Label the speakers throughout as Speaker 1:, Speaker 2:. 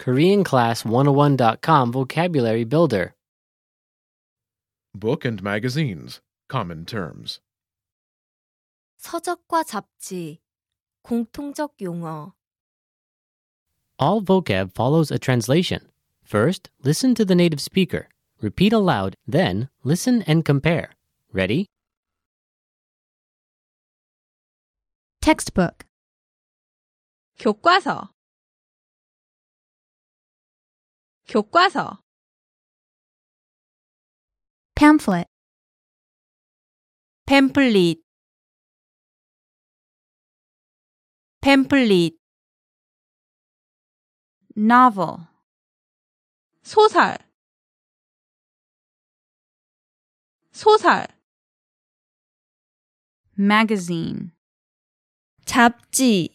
Speaker 1: KoreanClass101.com Vocabulary Builder.
Speaker 2: Book and magazines. Common terms.
Speaker 3: 서적과 잡지, 공통적 용어,
Speaker 1: All vocab follows a translation. First, listen to the native speaker. Repeat aloud, then, listen and compare. Ready?
Speaker 4: textbook,
Speaker 3: 교과서, 교과서,
Speaker 4: pamphlet,
Speaker 3: 팸플릿, 팸플릿,
Speaker 4: novel,
Speaker 3: 소설, 소설,
Speaker 4: magazine,
Speaker 3: 잡지,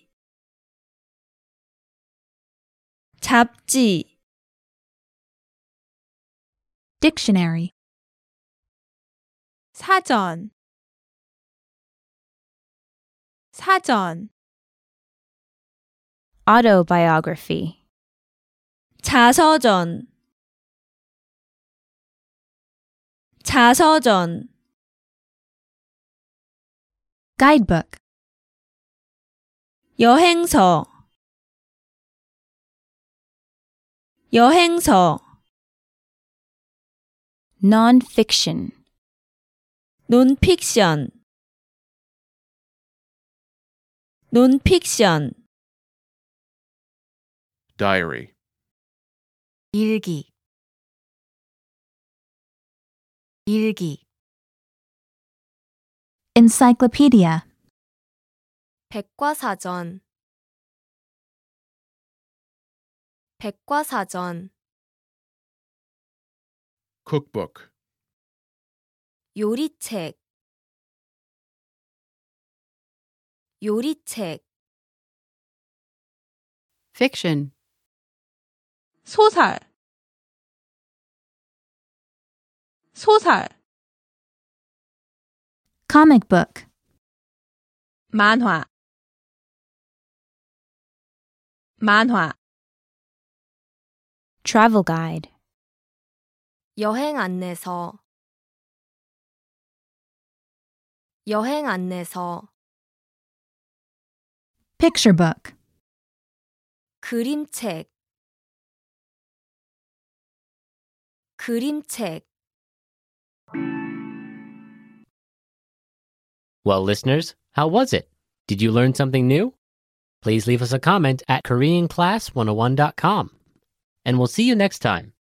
Speaker 3: 잡지,
Speaker 4: dictionary,
Speaker 3: 사전, 사전,
Speaker 4: autobiography,
Speaker 3: 자서전 자서전
Speaker 4: guidebook,
Speaker 3: 여행서 여행서
Speaker 4: nonfiction,
Speaker 3: 논픽션 논픽션
Speaker 2: Diary.
Speaker 3: 일기 일기
Speaker 4: encyclopedia,
Speaker 3: 백과사전 백과사전
Speaker 2: Cookbook.
Speaker 3: 요리책 요리책
Speaker 5: fiction,
Speaker 3: 소설 소설
Speaker 4: comic book,
Speaker 3: 만화 만화
Speaker 4: travel guide,
Speaker 3: 여행 안내서 여행 안내서
Speaker 4: picture book,
Speaker 3: 그림책 그림책
Speaker 1: Well, listeners, how was it? Did you learn something new? oh Please leave us a comment at KoreanClass101.com. And we'll see you next time.